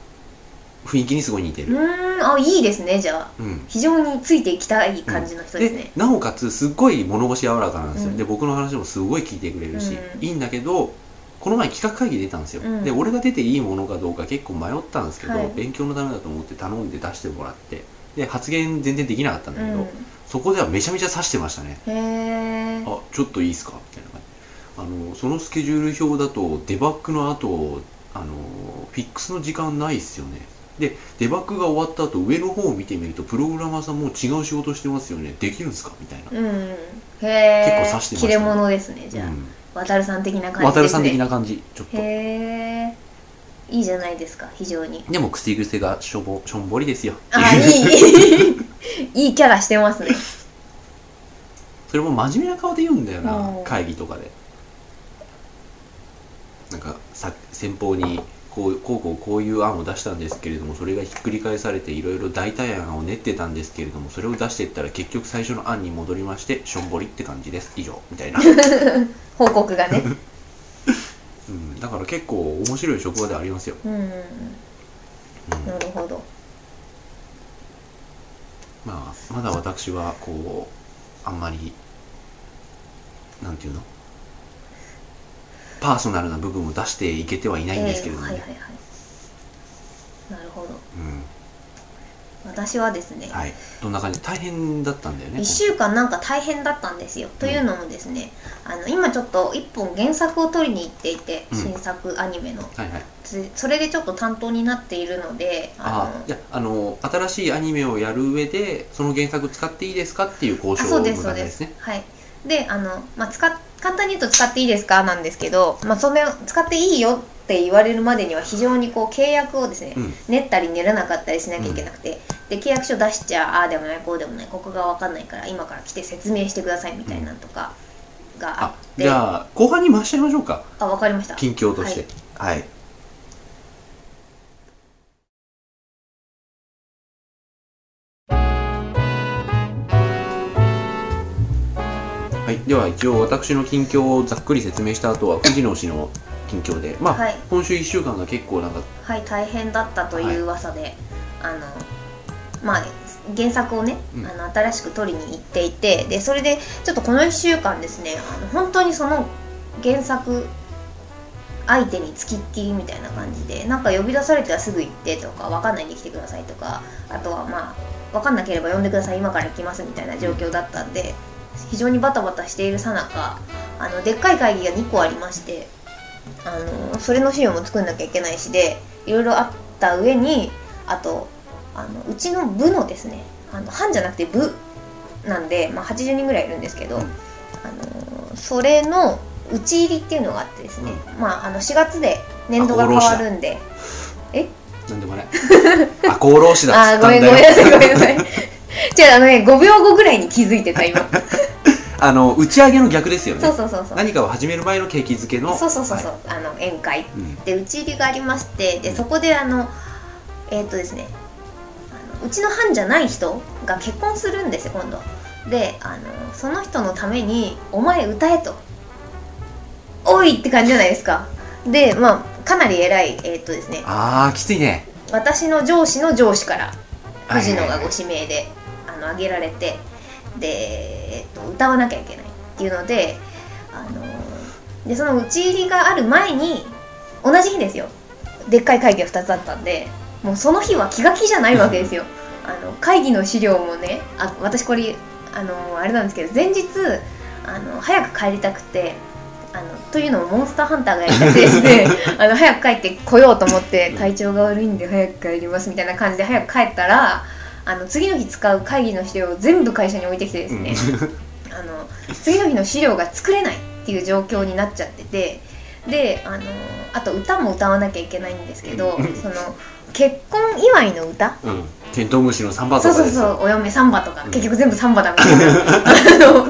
Speaker 1: 雰囲気にすごい似て
Speaker 2: う
Speaker 1: る、
Speaker 2: ーんあいいですねじゃあ
Speaker 1: うん
Speaker 2: 非常についていきたい感じの人ですね、
Speaker 1: なおかつすっごい物腰柔らかなんですよ、
Speaker 2: うん
Speaker 1: で僕の話もすごい聞いてくれるし、
Speaker 2: うん
Speaker 1: いいんだけどこの前企画会議出たんですよ、
Speaker 2: うん
Speaker 1: で俺が出ていいものかどうか結構迷ったんですけど、
Speaker 2: はい
Speaker 1: 勉強のためだと思って頼んで出してもらってで発言全然できなかったんだ
Speaker 2: う
Speaker 1: け
Speaker 2: ん
Speaker 1: ど、そこではめちゃめちゃ刺してましたね
Speaker 2: へえ
Speaker 1: あちょっといいっすかみたいな感じあのそのスケジュール表だとデバッグの後あのフィックスの時間ないっすよねでデバッグが終わった後上の方を見てみるとプログラマーさんもう違う仕事してますよねできるんすかみたいな、
Speaker 2: うんへえ
Speaker 1: 結構刺してましたね
Speaker 2: 切れ者ですねじゃあ、
Speaker 1: うん
Speaker 2: 渡るさん的な感じ
Speaker 1: 渡
Speaker 2: で
Speaker 1: るさ
Speaker 2: す
Speaker 1: ん的
Speaker 2: ね
Speaker 1: な感じちょっと
Speaker 2: へえいいじゃないですか非常に
Speaker 1: でも口癖がしょぼしょんぼりですよって
Speaker 2: あ
Speaker 1: いう
Speaker 2: い いいいキャラしてますね
Speaker 1: それも真面目な顔で言うんだよな
Speaker 2: うん
Speaker 1: 会議とかでなんかさ先方にこうこうこうこういう案を出したんですけれどもそれがひっくり返されていろいろ代替案を練ってたんですけれどもそれを出していったら結局最初の案に戻りましてしょんぼりって感じです以 上みたいな、う
Speaker 2: 報告 がね
Speaker 1: ん、だから結構面白い職場ではありますよ、
Speaker 2: うんうん
Speaker 1: うん
Speaker 2: うんなるほど
Speaker 1: まあ、まだ私はこうあんまりなんていうのパーソナルな部分を出していけてはいないんですけれども
Speaker 2: ええはい
Speaker 1: ね
Speaker 2: はいはいなるほど
Speaker 1: うん
Speaker 2: 私はですね、
Speaker 1: はいどんな感じ大変だったんだよね
Speaker 2: 1週間なんか大変だったんですよ、というのもですねあの今ちょっと1本原作を取りに行っていて、
Speaker 1: うん
Speaker 2: 新作アニメの
Speaker 1: はいはい
Speaker 2: つそれでちょっと担当になっているのであ
Speaker 1: あ
Speaker 2: の
Speaker 1: じゃああの新しいアニメをやる上でその原作使っていいですかっていう交
Speaker 2: あ
Speaker 1: 渉
Speaker 2: そ
Speaker 1: を
Speaker 2: う
Speaker 1: 行
Speaker 2: で
Speaker 1: っ
Speaker 2: す
Speaker 1: た
Speaker 2: そ
Speaker 1: ん
Speaker 2: うで
Speaker 1: です
Speaker 2: す
Speaker 1: ね
Speaker 2: はいであの、まあ、使っ簡単に言うと使っていいですかなんですけど、まあ、それを使っていいよって言われるまでには非常にこう契約をですね、
Speaker 1: うん
Speaker 2: 練ったり練らなかったりしなきゃいけなくて、で契約書出しちゃああでもないこうでもないここが分かんないから今から来て説明してくださいみたいなのとかがあ
Speaker 1: あ
Speaker 2: って、
Speaker 1: じゃあ後半に回しちゃいましょうか
Speaker 2: あわかりました
Speaker 1: 近況としてはい、はいでは一応私の近況をざっくり説明した後は藤野氏の近況でまあ、
Speaker 2: はい
Speaker 1: 今週1週間が結構なんか
Speaker 2: はい大変だったという噂で、あのまあ原作をね、
Speaker 1: うん
Speaker 2: あの新しく取りに行っていてでそれでちょっとこの1週間ですねあの本当にその原作相手に付きっきりみたいな感じでなんか呼び出されたらすぐ行ってとか分かんないんで来てくださいとかあとはまあ分かんなければ呼んでください今から来ますみたいな状況だったんで非常にバタバタしているさなかあのでっかい会議が2個ありましてあのそれの資料も作んなきゃいけないしでいろいろあった上にあとあのうちの部のですねあの班じゃなくて部なんで、まあ、80人ぐらいいるんですけど、
Speaker 1: うん
Speaker 2: あのそれの打ち入りっていうのがあってですね、まあ、あの4月で年度が変わるんで
Speaker 1: なんで もないあ厚労士だっ
Speaker 2: あ
Speaker 1: つ
Speaker 2: あ
Speaker 1: った
Speaker 2: ご
Speaker 1: んだ
Speaker 2: め
Speaker 1: よ
Speaker 2: んごめんなさいごめんなさいじゃああのね5秒後ぐらいに気づいてた今
Speaker 1: あの打ち上げの逆ですよね
Speaker 2: そうそ うそうそう
Speaker 1: 何かを始める前の景気づけの
Speaker 2: そうそうそうそう、
Speaker 1: は
Speaker 2: あの宴会
Speaker 1: いうん
Speaker 2: で打ち入りがありましてでそこであのえっ、とですねあのうちの班じゃない人が結婚するんですよ今度であのその人のために「お前歌え」と「おい!」って感じじゃないですかでまあかなり偉いえっ、とですね
Speaker 1: あーきついね
Speaker 2: 私の上司の上司から
Speaker 1: はい
Speaker 2: 藤野がご指名であの挙げられてで、えっと、歌わなきゃいけないっていうのであのでその打ち入りがある前に同じ日ですよでっかい会議が2つあったんでもうその日は気が気じゃないわけですよあの会議の資料もねあ私これあのあれなんですけど前日あの早く帰りたくてあのというのもモンスターハンターがやりたくてですねあの早く帰ってこようと思って体調が悪いんで早く帰りますみたいな感じで早く帰ったらあの次の日使う会議の資料を全部会社に置いてきてですね、あの次の日の資料が作れないっていう状況になっちゃっててであのあと歌も歌わなきゃいけないんですけどその結婚祝いの歌
Speaker 1: うん、うん、テントウムシのサンバと
Speaker 2: そう
Speaker 1: か
Speaker 2: そう
Speaker 1: です
Speaker 2: そうお嫁サンバとか、
Speaker 1: うん
Speaker 2: 結局全部サンバだみた いなあの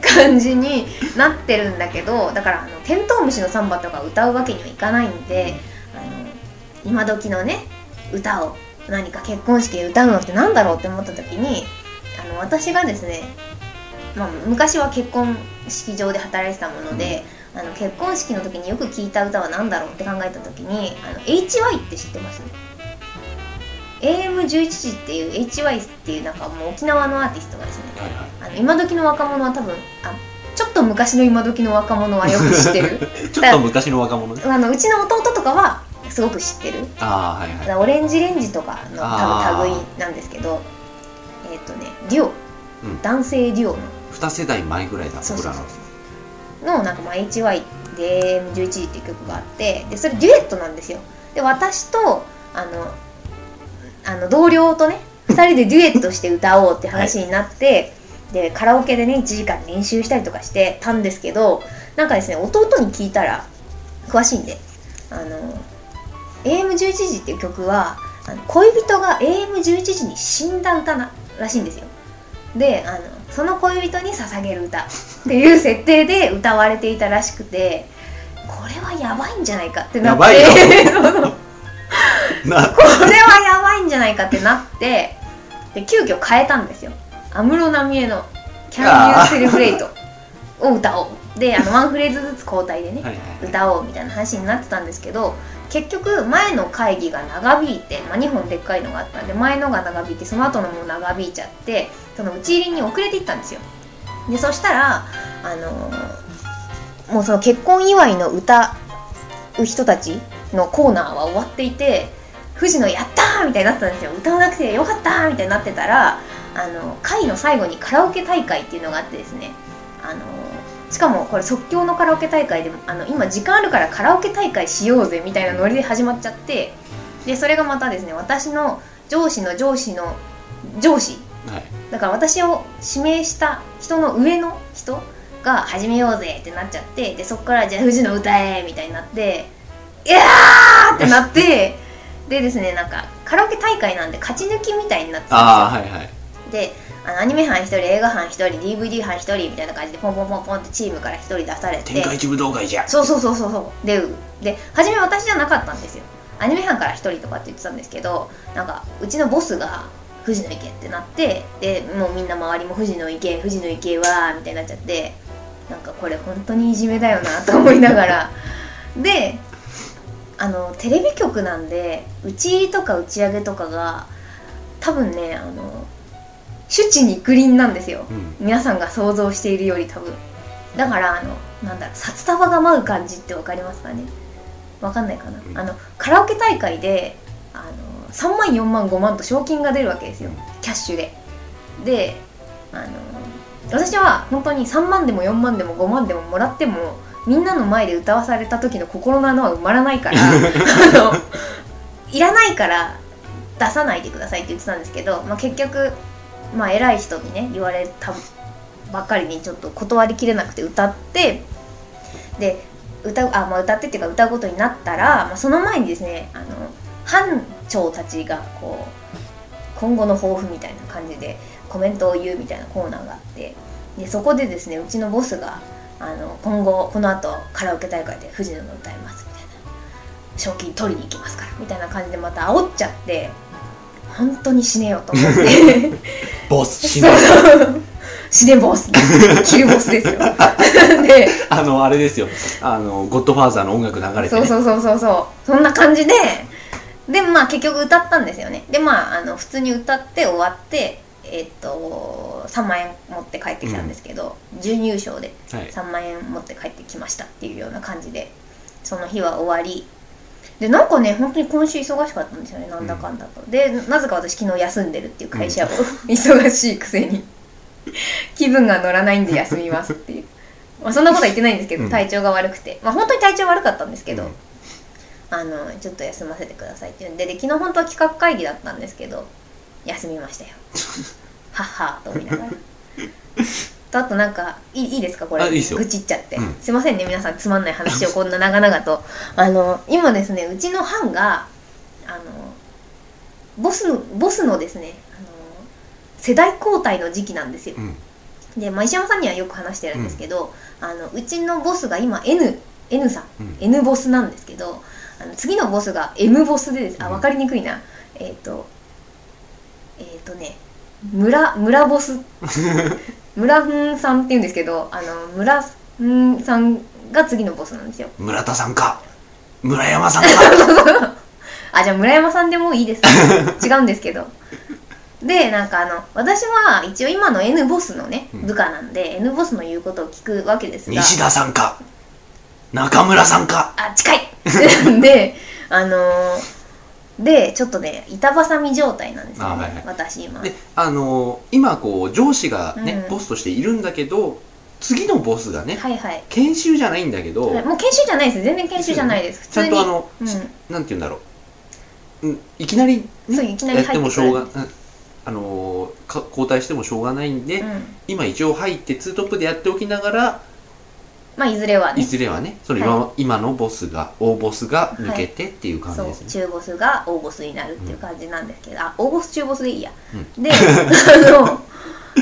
Speaker 2: 感じになってるんだけどだからあのテントウムシのサンバとか歌うわけにはいかないんで、あの今時のね歌を何か結婚式で歌うのってなんだろうって思った時にあの私がですね、まあ、昔は結婚式場で働いてたもので、あの結婚式の時によく聴いた歌は何だろうって考えた時にあの HY って知ってます AM11 時っていう HY っていうなんかもう沖縄のアーティストがですね
Speaker 1: はいは
Speaker 2: あの今時の若者は多分あちょっと昔の今時の若者はよく知ってる
Speaker 1: い、ちょっと昔の若者ね
Speaker 2: あのうちの弟とかはすごく知ってる
Speaker 1: ああはいはい
Speaker 2: オレンジレンジとかの多
Speaker 1: あ
Speaker 2: 分
Speaker 1: ー
Speaker 2: 類なんですけどえっ、とねデュオ、
Speaker 1: うん
Speaker 2: 男性デュオの
Speaker 1: 2世代前ぐらいだ
Speaker 2: そう
Speaker 1: 僕
Speaker 2: そう
Speaker 1: ら
Speaker 2: そ
Speaker 1: の
Speaker 2: うのなんかまあ HY で M11 時っていう曲があってでそれデュエットなんですよで私とあのあの同僚とね2人でデュエットして歌おうって話になって、でカラオケでね1時間練習したりとかしてたんですけどなんかですね弟に聞いたら詳しいんで「あの AM11 時」っていう曲はあの恋人が AM11 時に死んだ歌ならしいんですよであのその恋人に捧げる歌っていう設定で歌われていたらしくてこれはやばいんじゃないかってな
Speaker 1: や
Speaker 2: って
Speaker 1: ばい
Speaker 2: その
Speaker 1: な
Speaker 2: これはやばいんじゃないかってなってで急遽変えたんですよ安室奈美恵の「Can
Speaker 1: あ
Speaker 2: You Celebrate」を歌おうであのワンフレーズずつ交代でね、
Speaker 1: はいはいはい
Speaker 2: 歌おうみたいな話になってたんですけど結局前の会議が長引いて、まあ、2本でっかいのがあったんで前のが長引いてその後のも長引いちゃってその打ち入りに遅れていったんですよでそしたらあのーもうその結婚祝いの歌う人たちのコーナーは終わっていて藤野やったーみたいになってたんですよ歌わなくてよかったーみたいになってたらあの会の最後にカラオケ大会っていうのがあってですねあのしかもこれ即興のカラオケ大会であの今時間あるからカラオケ大会しようぜみたいなノリで始まっちゃってでそれがまたですね私の上司の上司の上司
Speaker 1: はい
Speaker 2: だから私を指名した人の上の人が始めようぜってなっちゃってでそこからじゃあ藤野歌えみたいになっていやーってなってでですねなんかカラオケ大会なんで勝ち抜きみたいになってたんですよ
Speaker 1: ああはいはい
Speaker 2: であのアニメ班1人映画班1人 DVD 班1人みたいな感じでポンポンポンポンってチームから1人出されて
Speaker 1: 天下一武道会じゃ
Speaker 2: そうそうそうそうそうでうで初め私じゃなかったんですよアニメ班から1人とかって言ってたんですけどなんかうちのボスが「藤野行け」ってなってでもうみんな周りも「藤野行け藤野行けは」みたいになっちゃってなんかこれ本当にいじめだよなと思いながら であのテレビ局なんで打ち入りとか打ち上げとかが多分ねあの手地に輪なんですよ
Speaker 1: うん
Speaker 2: 皆さんが想像しているより多分だからあのなんだろう札束が舞う感じってわかりますかねわかんないかな、
Speaker 1: うん
Speaker 2: あのカラオケ大会であの3万4万5万と賞金が出るわけですよ、
Speaker 1: うん
Speaker 2: キャッシュでであの私は本当に3万でも4万でも5万でももらってもみんなの前で歌わされた時の心の穴は埋まらな いからあのいらないから出さないでくださいって言ってたんですけど、まあ、結局、まあ、偉い人にね言われたばっかりにちょっと断りきれなくて歌ってで歌うあ、まあ、歌ってっていうか歌うことになったら、まあ、その前にですねあの班長たちがこう今後の抱負みたいな感じでコメントを言うみたいなコーナーがあってでそこでですねうちのボスがあの今後この後カラオケ大会で藤野が歌いますみたいな賞金取りに行きますからみたいな感じでまた煽っちゃって本当に死ねよと思って。
Speaker 1: ボス 死
Speaker 2: そ
Speaker 1: ぬ
Speaker 2: うそう死ねボスキルボスですよ で
Speaker 1: あのあれですよあのゴッドファーザーの音楽流れて、
Speaker 2: そう
Speaker 1: ね、
Speaker 2: そうそうそうそうそんな感じででまあ結局歌ったんですよねでまああの普通に歌って終わってえっと3万円持って帰ってきたんですけど、準優勝で
Speaker 1: はい、
Speaker 2: 3万円持って帰ってきましたっていうような感じでその日は終わりでなんかね本当に今週忙しかったんですよねなんだかんだと、でなぜか私昨日休んでるっていう会社を、 忙しいくせに気分が乗らないんで休みますっていう、まあ、そんなことは言ってないんですけど、
Speaker 1: うん
Speaker 2: 体調が悪くてまあ本当に体調悪かったんですけど、
Speaker 1: うん
Speaker 2: あのちょっと休ませてくださいっていうんでで昨日本当は企画会議だったんですけど休みました よはっはーと思いながらとあとなんかいいいいですかこれ
Speaker 1: あいいですよ
Speaker 2: 愚痴っちゃって、
Speaker 1: うん
Speaker 2: すいませんね皆さんつまんない話をこんな長々とあの今ですねうちの班があのボスのボスのですねあの世代交代の時期なんですよ
Speaker 1: うん
Speaker 2: で、まあ、石山さんにはよく話してるんですけど、あのうちのボスが今 N, N さん
Speaker 1: うん
Speaker 2: N ボスなんですけどあの次のボスが M ボスでですあ
Speaker 1: うん
Speaker 2: 分かりにくいな、えっ、とえっ、とね村村 ボス村んさんって言うんですけどあの村んさんが次のボスなんですよ
Speaker 1: 村田さんか村山さんか
Speaker 2: あじゃあ村山さんでもういいです 違うんですけどでなんかあの私は一応今の N ボスのね
Speaker 1: うん
Speaker 2: 部下なんで、N ボスの言うことを聞くわけですが
Speaker 1: 西田さんか中村さんか
Speaker 2: あ近い であのーでちょっとね板挟み状態なんですよ、ね
Speaker 1: あはいはい
Speaker 2: 私今
Speaker 1: であの今こう上司がね、
Speaker 2: うん
Speaker 1: ボスとしているんだけど次のボスがね、
Speaker 2: はいはい
Speaker 1: 研修じゃないんだけど、
Speaker 2: もう研修じゃないです全然研修じゃないです普
Speaker 1: ちゃ
Speaker 2: 通
Speaker 1: ん
Speaker 2: に
Speaker 1: とあの、
Speaker 2: うん
Speaker 1: なんて言うんだろう、うん、いきなり、ね
Speaker 2: そういきなり
Speaker 1: やっ
Speaker 2: 入ってく
Speaker 1: て
Speaker 2: る
Speaker 1: もしょうが、うんあのーか交代してもしょうがないんで、
Speaker 2: うん
Speaker 1: 今一応入ってツートップでやっておきながら、
Speaker 2: まあいずれはいね
Speaker 1: ずれはね、その今,、今のボスが、大ボスが抜けてっていう感じ
Speaker 2: そう
Speaker 1: ですね。
Speaker 2: 中ボスが大ボスになるっていう感じなんですけど、あ大ボス中ボスでいいや、
Speaker 1: う
Speaker 2: であの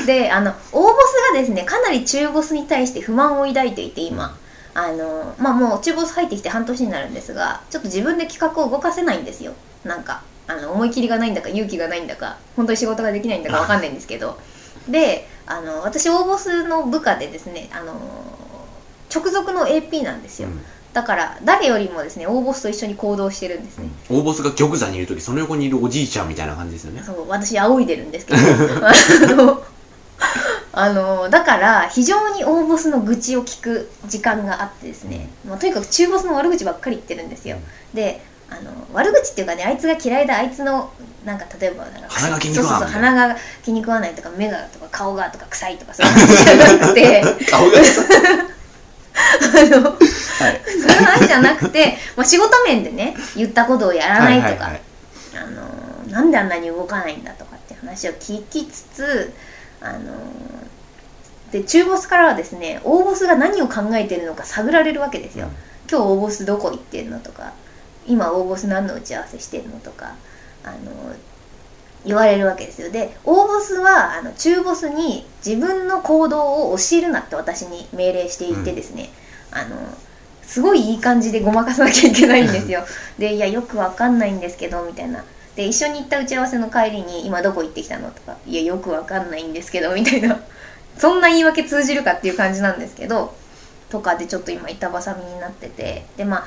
Speaker 2: であの大ボスがですねかなり中ボスに対して不満を抱いていて今、あのまあもう中ボス入ってきて半年になるんですがちょっと自分で企画を動かせないんですよなんかあの思い切りがないんだか勇気がないんだか本当に仕事ができないんだかわかんないんですけどであの私大ボスの部下でですねあの直属の AP なんですよ、だから誰よりもですね大ボスと一緒に行動してるんですね、
Speaker 1: うん大ボスが玉座にいるとき、その横にいるおじいちゃんみたいな感じです よね。
Speaker 2: そう私仰いでるんですけどあの あのだから非常に大ボスの愚痴を聞く時間があってですね、まあ、とにかく中ボスの悪口ばっかり言ってるんですよであの悪口っていうかねあいつが嫌いだあいつのなんか例えばなんか
Speaker 1: 鼻が気に食わん
Speaker 2: そうそうそう鼻が気に食わないとか目がとか顔がとか臭いとかそういう話じゃな くて
Speaker 1: 顔が、
Speaker 2: あの
Speaker 1: はい、
Speaker 2: そういう話じゃなくて、まあ、仕事面でね言ったことをやらないとか、
Speaker 1: はいはいはい
Speaker 2: あのーなんであんなに動かないんだとかって話を聞きつつ、あのーで中ボスからはですね大ボスが何を考えてるのか探られるわけですよ、
Speaker 1: うん
Speaker 2: 今日大ボスどこ行ってんのとか今大ボス何の打ち合わせしてんのとか、あのー言われるわけですよで大ボスはあの中ボスに自分の行動を教えるなって私に命令していてですね、あのーすごいいい感じでごまかさなきゃいけないんですよ でいやよくわかんないんですけどみたいなで一緒に行った打ち合わせの帰りに「今どこ行ってきたの?」とか「いやよくわかんないんですけど」みたいな そんな言い訳通じるかっていう感じなんですけどとかでちょっと今板挟みになっててでまあ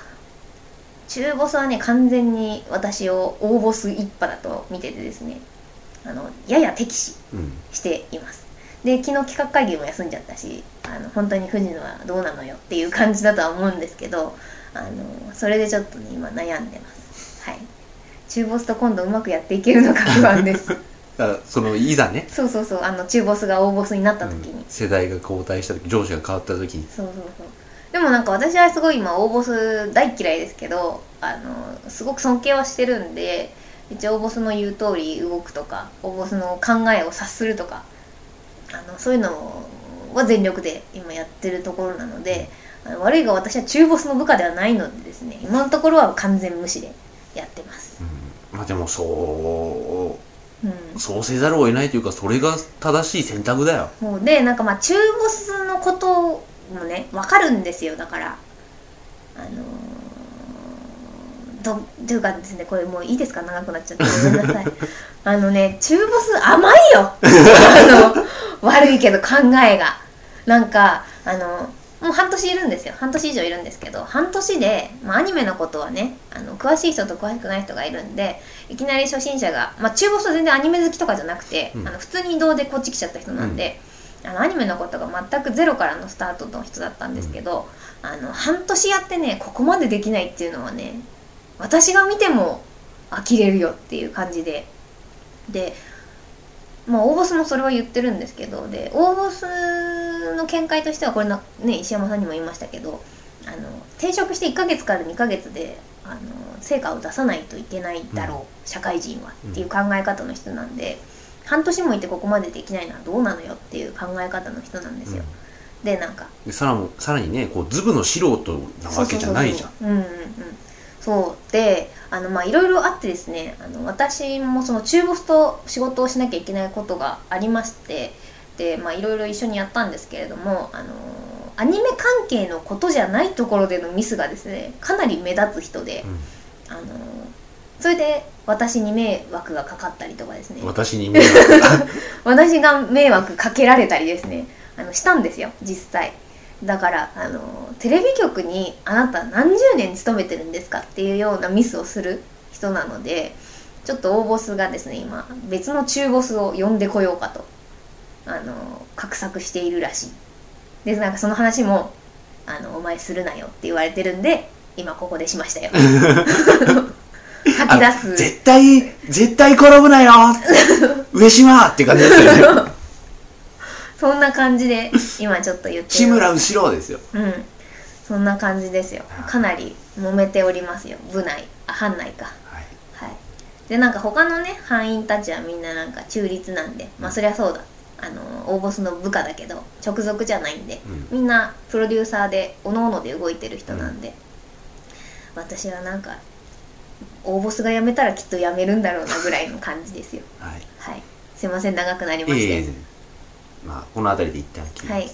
Speaker 2: 中ボスはね完全に私を大ボス一派だと見ててですねあのやや敵視
Speaker 1: うん
Speaker 2: していますで昨日企画会議も休んじゃったしあの本当に藤野はどうなのよっていう感じだとは思うんですけどあのそれでちょっとね今悩んでますはい中ボスと今度うまくやっていけるのか不安です
Speaker 1: だからそのいざね、
Speaker 2: そうそうそうあの中ボスが大ボスになった時に、
Speaker 1: うん世代が交代した時上司が変わった時に
Speaker 2: そうそうそうでもなんか私はすごい今大ボス大嫌いですけどあのすごく尊敬はしてるんで一応大ボスの言う通り動くとか大ボスの考えを察するとかあのそういうのは全力で今やってるところなのであの悪いが私は中ボスの部下ではないのでですね今のところは完全無視でやってます。
Speaker 1: うんまあでもそ
Speaker 2: うん
Speaker 1: うそうせざるを得ないというかそれが正しい選択だよ
Speaker 2: もうでなんかまあ中ボスのこともねわかるんですよだからあのー、どというかですねこれもういいですか長くなっちゃってごめん なさいあのね中ボス甘いよあの悪いけど考えがなんかあのもう半年いるんですよ半年以上いるんですけど半年で、まあ、アニメのことはねあの詳しい人と詳しくない人がいるんでいきなり初心者が、まあ、中ボスは全然アニメ好きとかじゃなくて、
Speaker 1: うん
Speaker 2: あの普通に移動でこっち来ちゃった人なんで、あのアニメのことが全くゼロからのスタートの人だったんですけど、あの半年やってねここまでできないっていうのはね私が見ても呆れるよっていう感じででまあ大ボスもそれは言ってるんですけどで大ボスの見解としてはこれな、ね、石山さんにも言いましたけどあの転職して1ヶ月から2ヶ月であの成果を出さないといけないだろう、社会人はっていう考え方の人なんで、半年もいてここまでできないのはどうなのよっていう考え方の人なんですよ。でなんか
Speaker 1: でさらもさらにねこうズブの素人なわけじゃないじゃん
Speaker 2: そうそうそうそううんうんうんそうであのまあいろいろあってですねあの私もその中ボスと仕事をしなきゃいけないことがありましてでまあいろいろ一緒にやったんですけれどもあのアニメ関係のことじゃないところでのミスがですねかなり目立つ人で、あのそれで私に迷惑がかかったりとかですね
Speaker 1: 私に見える
Speaker 2: 私が迷惑かけられたりですねあのしたんですよ実際だからあのテレビ局にあなた何十年勤めてるんですかっていうようなミスをする人なのでちょっと大ボスがですね今別の中ボスを呼んでこようかとあの画策しているらしいでなんかその話もあの「お前するなよ」って言われてるんで今ここでしましたよ吐き出す
Speaker 1: 絶対絶対転ぶなよ上島って感じですよね
Speaker 2: そんな感じで今ちょっと言ってる
Speaker 1: 志村後ろですよ
Speaker 2: うんそんな感じですよかなり揉めておりますよ部内あ班内か
Speaker 1: はい
Speaker 2: はいでなんか他のね班員たちはみんななんか中立なんでまあそりゃそうだあの大ボスの部下だけど直属じゃないんで
Speaker 1: うん
Speaker 2: みんなプロデューサーでおのので動いてる人なんで、私はなんか大ボスが辞めたらきっと辞めるんだろうなぐらいの感じですよ
Speaker 1: はい
Speaker 2: はいすいません長くなりま
Speaker 1: え
Speaker 2: し
Speaker 1: え
Speaker 2: て、
Speaker 1: ええまあこの辺りで一旦切ります、
Speaker 2: はい。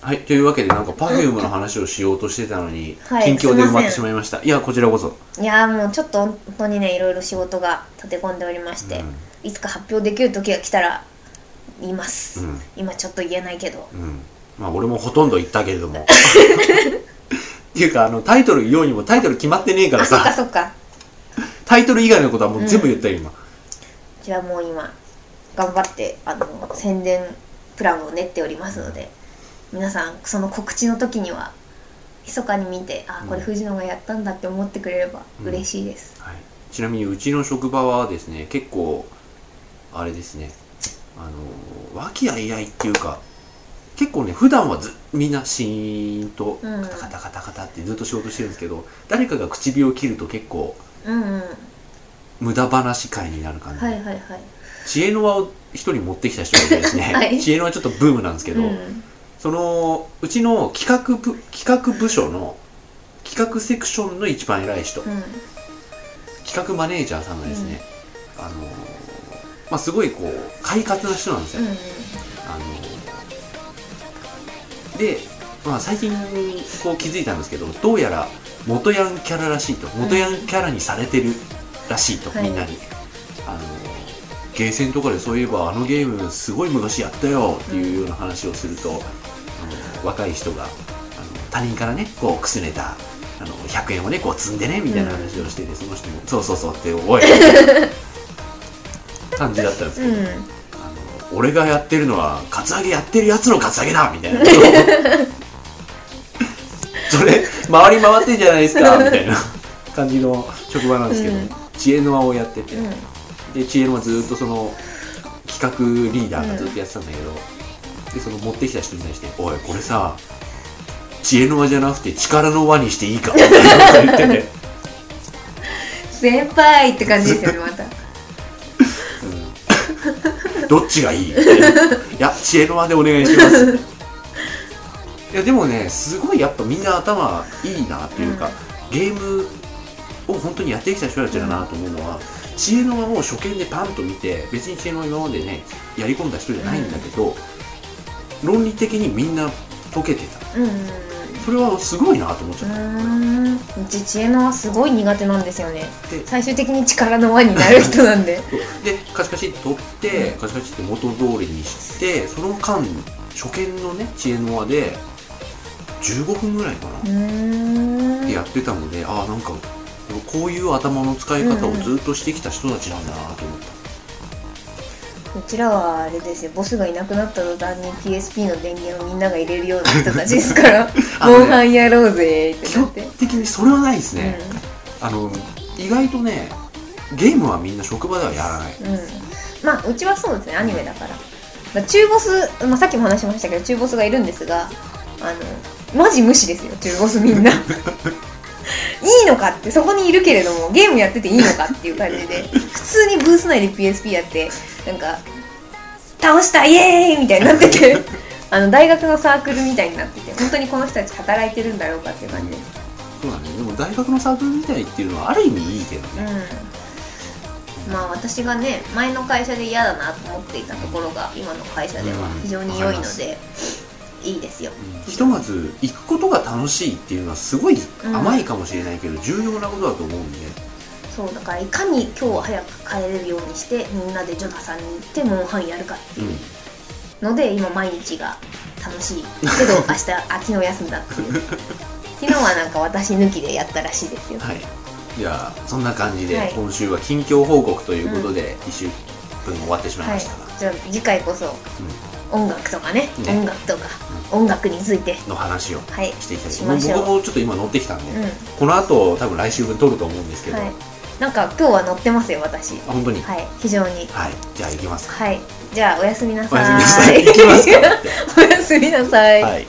Speaker 1: はい、というわけでなんか Perfume の話をしようとしてたのに、
Speaker 2: はい
Speaker 1: 近況で埋まって
Speaker 2: すいません
Speaker 1: しまいましたいやこちらこそ、
Speaker 2: いやーもうちょっと本当にねいろいろ仕事が立て込んでおりまして、いつか発表できる時が来たら言います、
Speaker 1: うん
Speaker 2: 今ちょっと言えないけど
Speaker 1: うんうん、まあ俺もほとんど言ったけれども っていうかあのタイトル言おうにもタイトル決まってねえから
Speaker 2: あそっか
Speaker 1: さ
Speaker 2: そっか
Speaker 1: タイトル以外のことはもう全部言ったよ今、
Speaker 2: じゃあもう今頑張ってあの宣伝プランを練っておりますので皆さんその告知の時には密かに見てあこれ
Speaker 1: うん
Speaker 2: 藤野がやったんだって思ってくれれば
Speaker 1: うん
Speaker 2: 嬉しいです、
Speaker 1: はい、ちなみにうちの職場はですね結構あれですねあの和気あいあいっていうか結構ね普段はずみんなシーンと
Speaker 2: うん
Speaker 1: カタカタカタカタってずっと仕事してるんですけど、誰かが唇を切ると結構
Speaker 2: うん、うん
Speaker 1: 無駄話会になる感じ、
Speaker 2: はいはいはい
Speaker 1: 知恵の輪を一人持ってきた人がいてですね、
Speaker 2: はい
Speaker 1: 知恵の輪ちょっとブームなんですけど、
Speaker 2: うん
Speaker 1: そのうちの企画部企画部署の企画セクションの一番偉い人、
Speaker 2: うん
Speaker 1: 企画マネージャーさんがですね、あのーまあ、すごいこう快活な人なんですよ、
Speaker 2: うん
Speaker 1: あのーで、まあ、最近こう気づいたんですけどどうやら元ヤンキャラらしいと元ヤンキャラにされてるらしいと、
Speaker 2: はい
Speaker 1: みんなに、あのーゲーセンとかでそういえばあのゲームすごい昔やったよっていうような話をすると、あのー若い人があの他人からねこうくすねたあの100円をね こう積んでねみたいな話をしてて、その人も「そうそうそう」って「おい」感じだったんです
Speaker 2: う
Speaker 1: けど、
Speaker 2: ん
Speaker 1: あの俺がやってるのはカツアゲやってるやつのカツアゲだみたい なそれ回り回ってんじゃないですかみたいな感じの職場なんですけど、
Speaker 2: うん
Speaker 1: 知恵の輪をやってて、
Speaker 2: うん
Speaker 1: で知恵の輪ずっとその企画リーダーがずっとやってたんだけど、でその持ってきた人に対して「おいこれさ知恵の輪じゃなくて力の輪にしていいか」みたいなこと言ってて。
Speaker 2: 先輩って感じですよねまた
Speaker 1: うんどっちが いいいや、知恵の輪でお願いします。いや、でもね、すごいやっぱみんな頭いいなというか、ゲームを本当にやってきた人たちだなと思うのは、知恵の輪を初見でパンと見て、別に知恵の輪今までね、やり込んだ人じゃないんだけど、論理的にみんな解けてた。
Speaker 2: うん
Speaker 1: それはすごいなと思っちゃった。
Speaker 2: うんうち知恵の輪すごい苦手なんですよね
Speaker 1: で
Speaker 2: 最終的に力の輪になる人な んで
Speaker 1: でカチカチって取って、カチカチって元通りにしてその間初見のね知恵の輪で15分ぐらいかな、
Speaker 2: うーん
Speaker 1: でやってたのでああなんかこういう頭の使い方をずっとしてきた人たちなんだなと思った、
Speaker 2: うちらはあれですよボスがいなくなった途端に PSP の電源をみんなが入れるような人たちですから
Speaker 1: あの
Speaker 2: モ
Speaker 1: ね
Speaker 2: ンハンやろうぜって
Speaker 1: 基
Speaker 2: な
Speaker 1: 本
Speaker 2: って、
Speaker 1: 的にそれはないですね、あの意外とねゲームはみんな職場ではやらない
Speaker 2: うん、うん、まあうちはそうですねアニメだから、まあ、中ボス、まあ、さっきも話しましたけど中ボスがいるんですがあのマジ無視ですよ中ボスみんな いいのかってそこにいるけれどもゲームやってていいのかっていう感じで普通にブース内で PSP やってなんか倒したイエーイみたいになっててあの大学のサークルみたいになってて本当にこの人たち働いてるんだろうかっていう感じです
Speaker 1: そうだねでも大学のサークルみたいっていうのはある意味いいけどね
Speaker 2: うん、まあ私がね前の会社で嫌だなと思っていたところが今の会社では非常に良いので、いいですよ、
Speaker 1: ひとまず行くことが楽しいっていうのはすごい甘いかもしれないけど、重要なことだと思うんで、
Speaker 2: そうだからいかに今日は早く帰れるようにしてみんなでジョナさんに行ってモンハンやるかって
Speaker 1: う
Speaker 2: い
Speaker 1: ん、
Speaker 2: うので今毎日が楽しいけど明日 秋の休んだっていう 昨日はなんか私抜きでやったらしいですよ
Speaker 1: はい。じゃあ、そんな感じで、
Speaker 2: はい
Speaker 1: 今週は近況報告ということで、1週分終わってしまい
Speaker 2: は
Speaker 1: ま
Speaker 2: い
Speaker 1: したが、
Speaker 2: じゃあ次回こそ音楽とかね
Speaker 1: ね
Speaker 2: 音楽とか音楽について
Speaker 1: うん、の話を
Speaker 2: はい
Speaker 1: していきたい
Speaker 2: しましょう
Speaker 1: 僕もちょっと今乗ってきたんで、
Speaker 2: うん
Speaker 1: この後、多分来週分撮ると思うんですけど、
Speaker 2: はい
Speaker 1: あ、
Speaker 2: なんか今日は乗ってますよ私は
Speaker 1: 本当に、はい。
Speaker 2: い非常に
Speaker 1: じゃあ、行きますか。
Speaker 2: はいじゃあおやすみな
Speaker 1: お
Speaker 2: さ
Speaker 1: やすみ
Speaker 2: い
Speaker 1: なさい。行きますかって。
Speaker 2: おやすみなさい
Speaker 1: はい。